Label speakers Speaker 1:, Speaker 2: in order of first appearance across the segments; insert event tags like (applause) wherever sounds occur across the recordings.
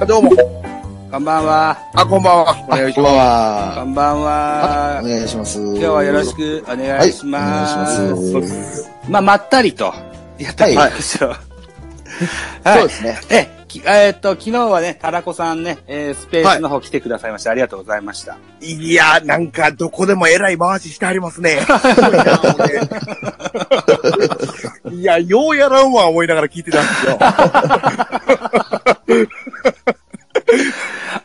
Speaker 1: あ、どうも。こんばんは。
Speaker 2: あ、こんばんは。お願いし
Speaker 3: こんばん
Speaker 2: ま
Speaker 1: こ
Speaker 3: は。
Speaker 1: んば
Speaker 3: あ
Speaker 1: んは
Speaker 3: お。願いします。今
Speaker 1: 今日はよろしくお願いします。
Speaker 3: はい、お願いします。
Speaker 1: まあ、まったりと、やっていきましょう。はい。
Speaker 3: そうですね。
Speaker 1: え、きえーっと、昨日はね、タラコさんね、えースペースの方来てくださいまして、ありがとうございました。
Speaker 2: す。いや、なんか、どこでもえらい回ししてありま
Speaker 1: (laughs)
Speaker 2: すね。いや、ようやらんわ、思いながら聞いてたんですよ。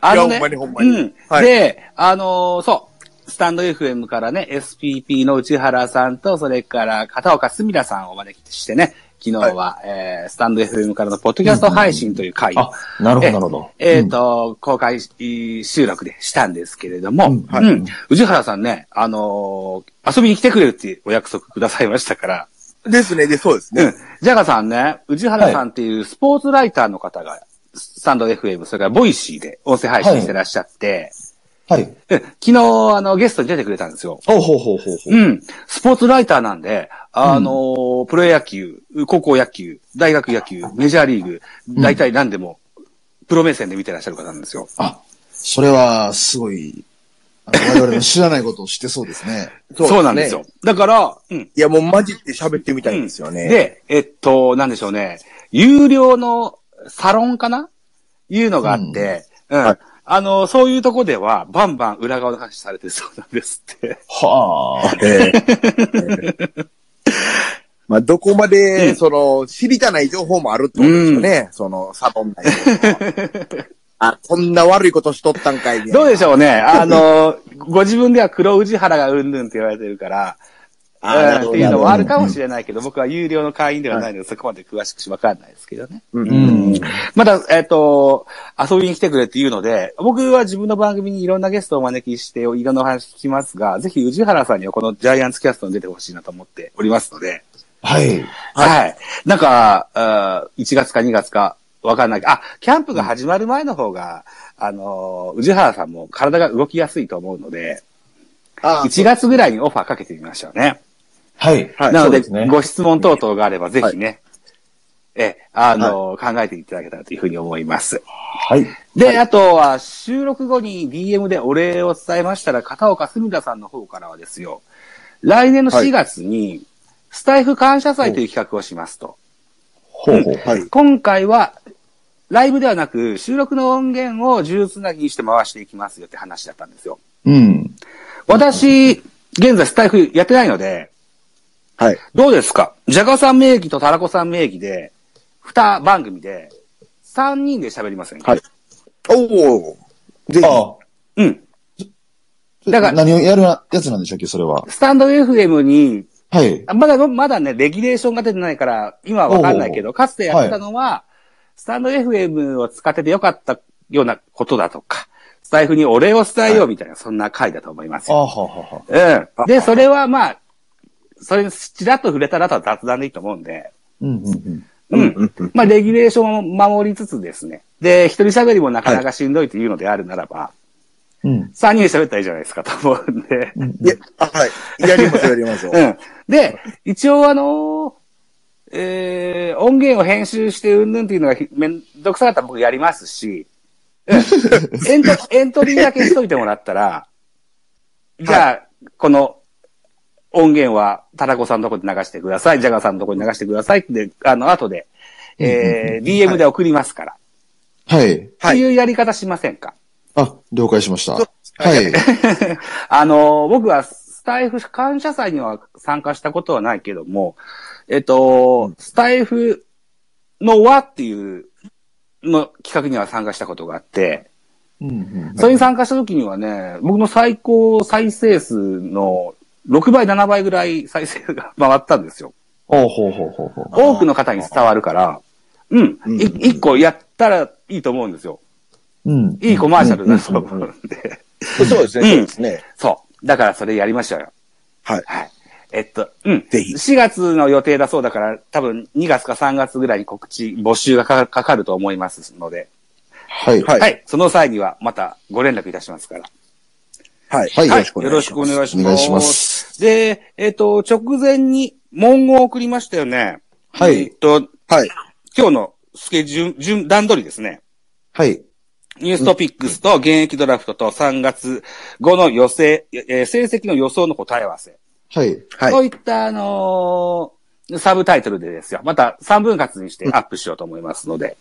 Speaker 1: あのね、
Speaker 2: いやほんまにほんまに
Speaker 1: うん。
Speaker 2: はい
Speaker 1: で、あのーそう、スタンド FM からね、SPP の内原さんと、それから片岡すみらさんをお招きしてね、昨日は、えースタンド FM からのポッドキャスト配信という回を、
Speaker 4: あ、なるほど、なるほど。
Speaker 1: えっ、と、公開し収録でしたんですけれども、
Speaker 4: う
Speaker 1: うんん、
Speaker 2: は
Speaker 1: 宇治原さんね、あのー遊びに来てくれるっていうお約束くださいましたから、
Speaker 2: ですね、で、そうです
Speaker 1: う
Speaker 2: ね。
Speaker 1: ん。ジャガさんね、宇治原さんっていうスポーツライターの方が、スタンド FM、それからボイシーで音声配信してらっしゃって、
Speaker 4: はい。
Speaker 1: うん昨日、あの、ゲストに出てくれたんですよ。
Speaker 4: おほうほうほうほ
Speaker 1: う
Speaker 4: う。
Speaker 1: ん。スポーツライターなんで、あのープロ野球、高校野球、大学野球、メジャーリーグ、大体何でも、プロ目線で見てらっしゃる方なんですよ。
Speaker 4: あ、
Speaker 3: それは、すごい、あの我々の知らないことを知ってそうですね。
Speaker 1: そうなんですよ。。だから、うん。
Speaker 2: いや、もうマジで喋ってみたいんですよね。
Speaker 1: で、えっと、なんでしょうね。有料のサロンかないうのがあって、うん。
Speaker 2: はい
Speaker 1: あの、そういうとこでは、バンバン裏側の話されてそうなんですって。
Speaker 4: はあ。
Speaker 2: ええまあ、どこまで、
Speaker 1: うん
Speaker 2: その、知りたない情報もあるってことですよね。その、サボン内
Speaker 1: (laughs)
Speaker 2: であ、こんな悪いことしとったんかい。
Speaker 1: どうでし
Speaker 2: ょう
Speaker 1: ょうね。あの、ご自分では黒氏原がうんぬんって言われてるから、
Speaker 2: あー
Speaker 1: う
Speaker 2: なる
Speaker 1: ん
Speaker 2: ほ
Speaker 1: っ
Speaker 2: ど
Speaker 1: ていうのはあるかもしれないけど、僕は有料の会員ではないので、そこまで詳しくしわかんないですけどね。
Speaker 2: うん
Speaker 4: う
Speaker 2: うん
Speaker 4: ん。
Speaker 1: まだ、えっ、と、遊びに来てくれっていうので、僕は自分の番組にいろんなゲストをお招きして、いろんなお話聞きますが、ぜひ宇治原さんにはこのジャイアンツキャストに出てほしいなと思っておりますので、
Speaker 4: はい。
Speaker 1: はい。なんか、あー1月か2月か、わかんないけど。あ、キャンプが始まる前の方が、あのー、宇治原さんも体が動きやすいと思うので、
Speaker 2: あ
Speaker 1: 1月ぐらいにオファーかけてみましょうね。
Speaker 4: はい。
Speaker 2: はい
Speaker 1: なので
Speaker 4: そうですね
Speaker 1: ご質問等々があれば、ぜひね、え、あのー、考えていただけたらというふうに思います。
Speaker 4: はい。
Speaker 1: で、あとは、収録後に DM でお礼を伝えましたら、片岡すみださんの方からはですよ、来年の4月に、スタイフ感謝祭という企画をしますと。
Speaker 4: ほうほう。
Speaker 2: はい。
Speaker 1: 今回は、ライブではなく、収録の音源を呪術つなぎにして回していきますよって話だったんですよ。
Speaker 4: うん。
Speaker 1: 私、現在スタイフやってないので、
Speaker 2: はい。
Speaker 1: どうですかジャガさん名義とタラコさん名義で、二番組で、三人で喋りませんか
Speaker 2: はいおお。ぜひ。
Speaker 4: あ
Speaker 1: うん。
Speaker 4: あ。
Speaker 1: だ
Speaker 4: だ
Speaker 1: か
Speaker 4: からら、何をやるやつなんでしたっけ、それは。
Speaker 1: スタンド FM に
Speaker 4: はい。
Speaker 1: あまだ、まだね、レギュレーションが出てないから、今はわかんないけど、かつてやってたのは、スタンド FM を使っててよかったようなことだとか、スタイフにお礼を伝えようみたいな、そんな回だと思います
Speaker 4: あ
Speaker 1: よ。
Speaker 4: ははは。
Speaker 1: うん。で、それはまあ、それにちらっと触れたらとは雑談でいいと思うんで、
Speaker 4: うんうんうん。
Speaker 1: うん。
Speaker 2: うんうん。
Speaker 1: まあ、レギュレーションを守りつつですね。で、一人喋りもなかなかしんどいというのであるならば、
Speaker 4: うん。
Speaker 1: 三人で喋ったらいいじゃないですかと思うんで。
Speaker 2: いや、あはい。やります、やりますよ。
Speaker 1: うん。で、一応あのーえー、音源を編集してうんぬんっていうのがひめんどくさかったら僕やりますし、
Speaker 2: (laughs)
Speaker 1: うんエントエントリーだけしといてもらったら、じゃあ、この音源は、タラコさんのとこで流してください、ジャガーさんのとこに流してくださいって、あの、後で、えー、DM で送りますから、
Speaker 4: はい。
Speaker 2: は
Speaker 1: って
Speaker 2: い
Speaker 1: いうやり方しませんか
Speaker 4: あ、了解しました。
Speaker 2: そう
Speaker 4: はい。
Speaker 1: あの、僕はスタイフ感謝祭には参加したことはないけども、えっと、スタイフの輪っていうの企画には参加したことがあって、
Speaker 4: うんうん
Speaker 1: それに参加した時にはね、僕の最高再生数の6倍、7倍ぐらい再生が回ったんですよ。
Speaker 4: ほうほうほうほうほう。
Speaker 1: 多くの方に伝わるから、うん、
Speaker 2: うん
Speaker 1: い一個やったらいいと思うんですよ。
Speaker 4: うん。
Speaker 1: いいコマーシャルだと思うんで。
Speaker 2: そうですね、そうですね。
Speaker 1: そう。だからそれやりましょうよ。
Speaker 2: はい
Speaker 1: はい。えっと、うん。
Speaker 2: ぜひ
Speaker 1: 4月の予定だそうだから、多分2月か3月ぐらいに告知、募集がかかかると思いますので、
Speaker 4: はい。
Speaker 2: は
Speaker 1: はいい。。その際にはまたご連絡いたしますから。
Speaker 2: はい。
Speaker 4: はい
Speaker 1: よろしくお願いします。
Speaker 4: お願いします。
Speaker 1: で、えっと、直前に文言を送りましたよね。
Speaker 4: は
Speaker 1: えっ
Speaker 4: い。
Speaker 1: と、
Speaker 2: はい。
Speaker 1: 今日のスケジュール、順段取りですね。
Speaker 4: はい。
Speaker 1: ニューストピックスと現役ドラフトと3月後の予選、えー成績の予想の答え合わせ。
Speaker 4: はい。
Speaker 2: はい。
Speaker 1: といった、あのーサブタイトルでですよ。また3分割にしてアップしようと思いますので。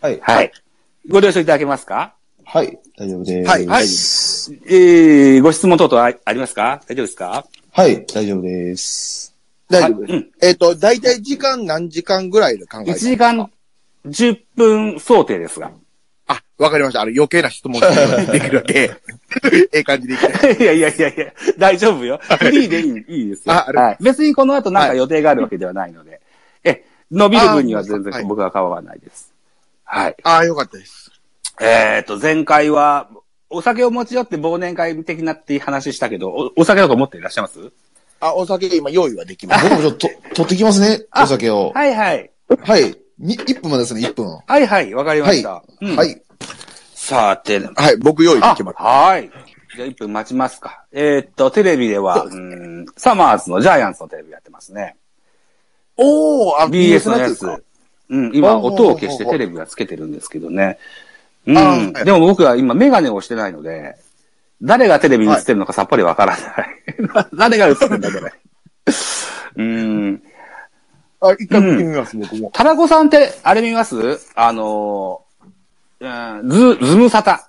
Speaker 4: はい。
Speaker 1: はい。ご了承いただけますか
Speaker 4: はい。大丈夫です。
Speaker 2: はい
Speaker 1: はい。えー、ご質問等々あありますか大丈夫ですか
Speaker 4: はい。大丈夫です。
Speaker 2: 大丈夫です。
Speaker 1: はいうん
Speaker 2: えっ、と、だいたい時間何時間ぐらいで考えて
Speaker 1: ?1 時間10分想定ですが。 (laughs)
Speaker 2: あ、わかりました。あの、余計な質問ができるだ (laughs) け、ええ感じでいきたい。
Speaker 1: いやいやいやいや、大丈夫よ。フリーでいい、いいですよ。
Speaker 2: ああれ
Speaker 1: はい、別にこの後なんか予定があるわけではないので、え、伸びる分には全
Speaker 2: あは
Speaker 1: 然
Speaker 2: い
Speaker 1: 僕は構わないです。はい。
Speaker 2: ああ、よかったです。
Speaker 1: えっ、と、前回は、お酒を持ち寄って忘年会的なって話したけど、おお酒とか持っていらっしゃいます
Speaker 2: あ、お酒今用意はできま
Speaker 3: 僕
Speaker 2: す。
Speaker 3: もちょっと、取ってきますね、
Speaker 1: あ
Speaker 3: お酒を。
Speaker 1: はいはい。
Speaker 3: はい。に、1分までですね、1分。は
Speaker 1: はいはい。わかりました。うん
Speaker 3: い。はい。
Speaker 1: さて、
Speaker 2: はい、僕用意で
Speaker 1: あ
Speaker 2: きます。
Speaker 1: はい。じゃあ1分待ちますか。えーっと、テレビでは、うーんサマーズのジャイアンツのテレビやってますね。
Speaker 2: おおあ
Speaker 1: BS のや
Speaker 2: ですか
Speaker 1: つ。うん、今、
Speaker 2: ほうほう
Speaker 1: 音を消して
Speaker 2: ほうほ
Speaker 1: テ
Speaker 2: う
Speaker 1: レビはつけてるんですけどね。う
Speaker 2: あ
Speaker 1: ん。
Speaker 2: はい
Speaker 1: でも僕は今メガネをしてないので、誰がテレビに映ってるのかさっぱりわからない。誰が映ってるんだ、これ。 (laughs) うん。
Speaker 2: あ、一回見てみます、僕も。
Speaker 1: タラコさんって、あれ見ますあのー、うんズ、ズムサタ。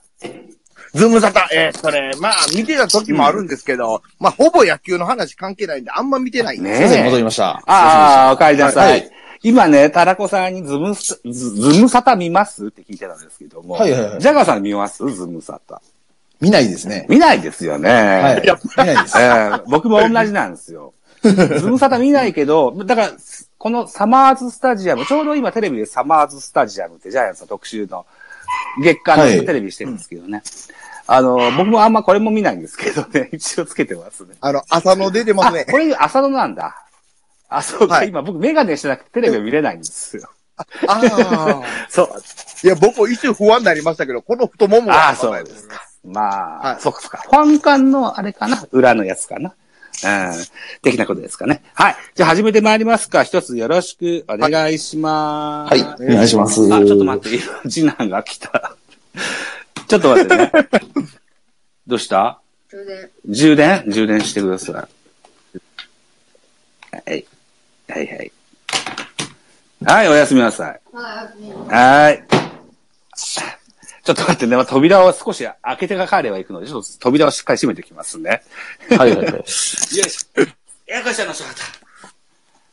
Speaker 2: ズーム沙汰、えーそれ、まあ、見てた時もあるんですけど、まあ、ほぼ野球の話関係ないんで、あんま見てない。
Speaker 1: ねえ
Speaker 3: 先生戻りました。
Speaker 1: ああ、お帰りなさ。
Speaker 3: はい
Speaker 1: 今ね、タラコさんにズムス、ズズムサタ見ますって聞いてたんですけども。
Speaker 4: はいはいはい
Speaker 1: ジャガーさん見ますズムサタ。
Speaker 3: 見ないですね。
Speaker 1: 見ないですよね。
Speaker 4: はい。見ないです。
Speaker 1: ええ僕も同じなんです
Speaker 2: (laughs)
Speaker 1: よ。ズムサタ見ないけど、だから、このサマーズスタジアム、ちょうど今テレビでサマーズスタジアムってジャイアンツの特集の月間
Speaker 4: は
Speaker 1: の
Speaker 4: い
Speaker 1: テレビしてるんですけどね。あの、僕もあんまこれも見ないんですけどね、 (laughs) 一応つけてますね。
Speaker 2: あの、朝の出て
Speaker 1: あ、
Speaker 2: ますね。
Speaker 1: これ朝野なんだ。あ、そうか、
Speaker 2: はい
Speaker 1: 今僕メガネしてなくてテレビを見れないんですよ。
Speaker 2: ああ。
Speaker 1: (laughs) そう。
Speaker 2: いや、僕も一瞬不安になりましたけど、この太もも
Speaker 1: あ
Speaker 2: は
Speaker 1: あ、そうですか。まあ、
Speaker 2: はい
Speaker 1: そうかそうか。ファン間のあれかな裏のやつかなうん。的なことですかね。はい。じゃあ始めてまいりますか。一つよろしくお願いしま
Speaker 4: は
Speaker 1: す。
Speaker 4: い。お願いします。
Speaker 1: あ、ちょっと待って、今次男が来た。 (laughs) ちょっと待ってね。 (laughs) どうした充
Speaker 5: 充電。
Speaker 1: 電充電してください。はい。はいはい。はい、おやすみなさい。
Speaker 5: まあ、ね
Speaker 1: はーい。ちょっと待ってね、まあ扉を少し開けてかかれば行くので、ちょっと扉をしっかり閉めてきますね。
Speaker 4: はいはいはい。
Speaker 1: よいしょ。エアコン車の仕方。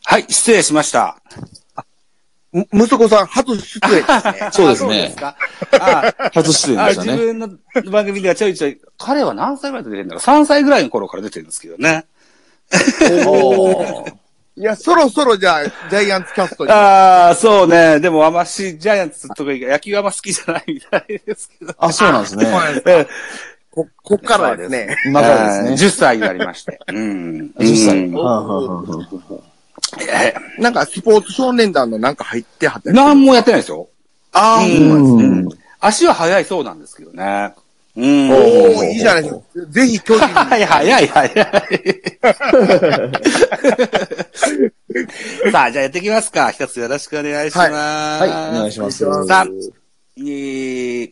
Speaker 1: はい、失礼しました。
Speaker 2: む、息子さん、初出演ですね。
Speaker 3: (laughs) そうですね
Speaker 1: あそうかあ
Speaker 3: 初出演 (laughs)
Speaker 1: あ、
Speaker 3: でした
Speaker 1: 自
Speaker 3: ね。
Speaker 1: 分の番組ではちょいちょい、彼は何歳まで出てるんだろう ?3 歳ぐらいの頃から出てるんですけどね。
Speaker 3: おー
Speaker 2: いや、そろそろじゃあ、ジャイアンツキャストに。
Speaker 1: ああ、そうね。でもあんまし、ジャイアンツとか野球あんま好きじゃないみたいですけど。
Speaker 3: あ、そうなんですね。
Speaker 1: え
Speaker 2: こ、こっからですね。
Speaker 3: 今からですね。
Speaker 1: 10歳になりまして。うん。
Speaker 3: 10歳。
Speaker 1: うん
Speaker 3: はあはあはあはあ
Speaker 2: なんか、スポーツ少年団のなんか入ってはったり
Speaker 1: 何もやってないですよ。
Speaker 2: ああ、そうなんです
Speaker 4: う
Speaker 2: ね。
Speaker 4: ん。
Speaker 1: 足は速いそうなんですけどね。うん。
Speaker 2: おおいいじゃないですか。ぜひ、巨人に。
Speaker 1: はい、早い、 (laughs) 早い。さあ、じゃあやっていきますか。一つよろしくお願いします。
Speaker 4: はい。お願いします。
Speaker 1: 3、2、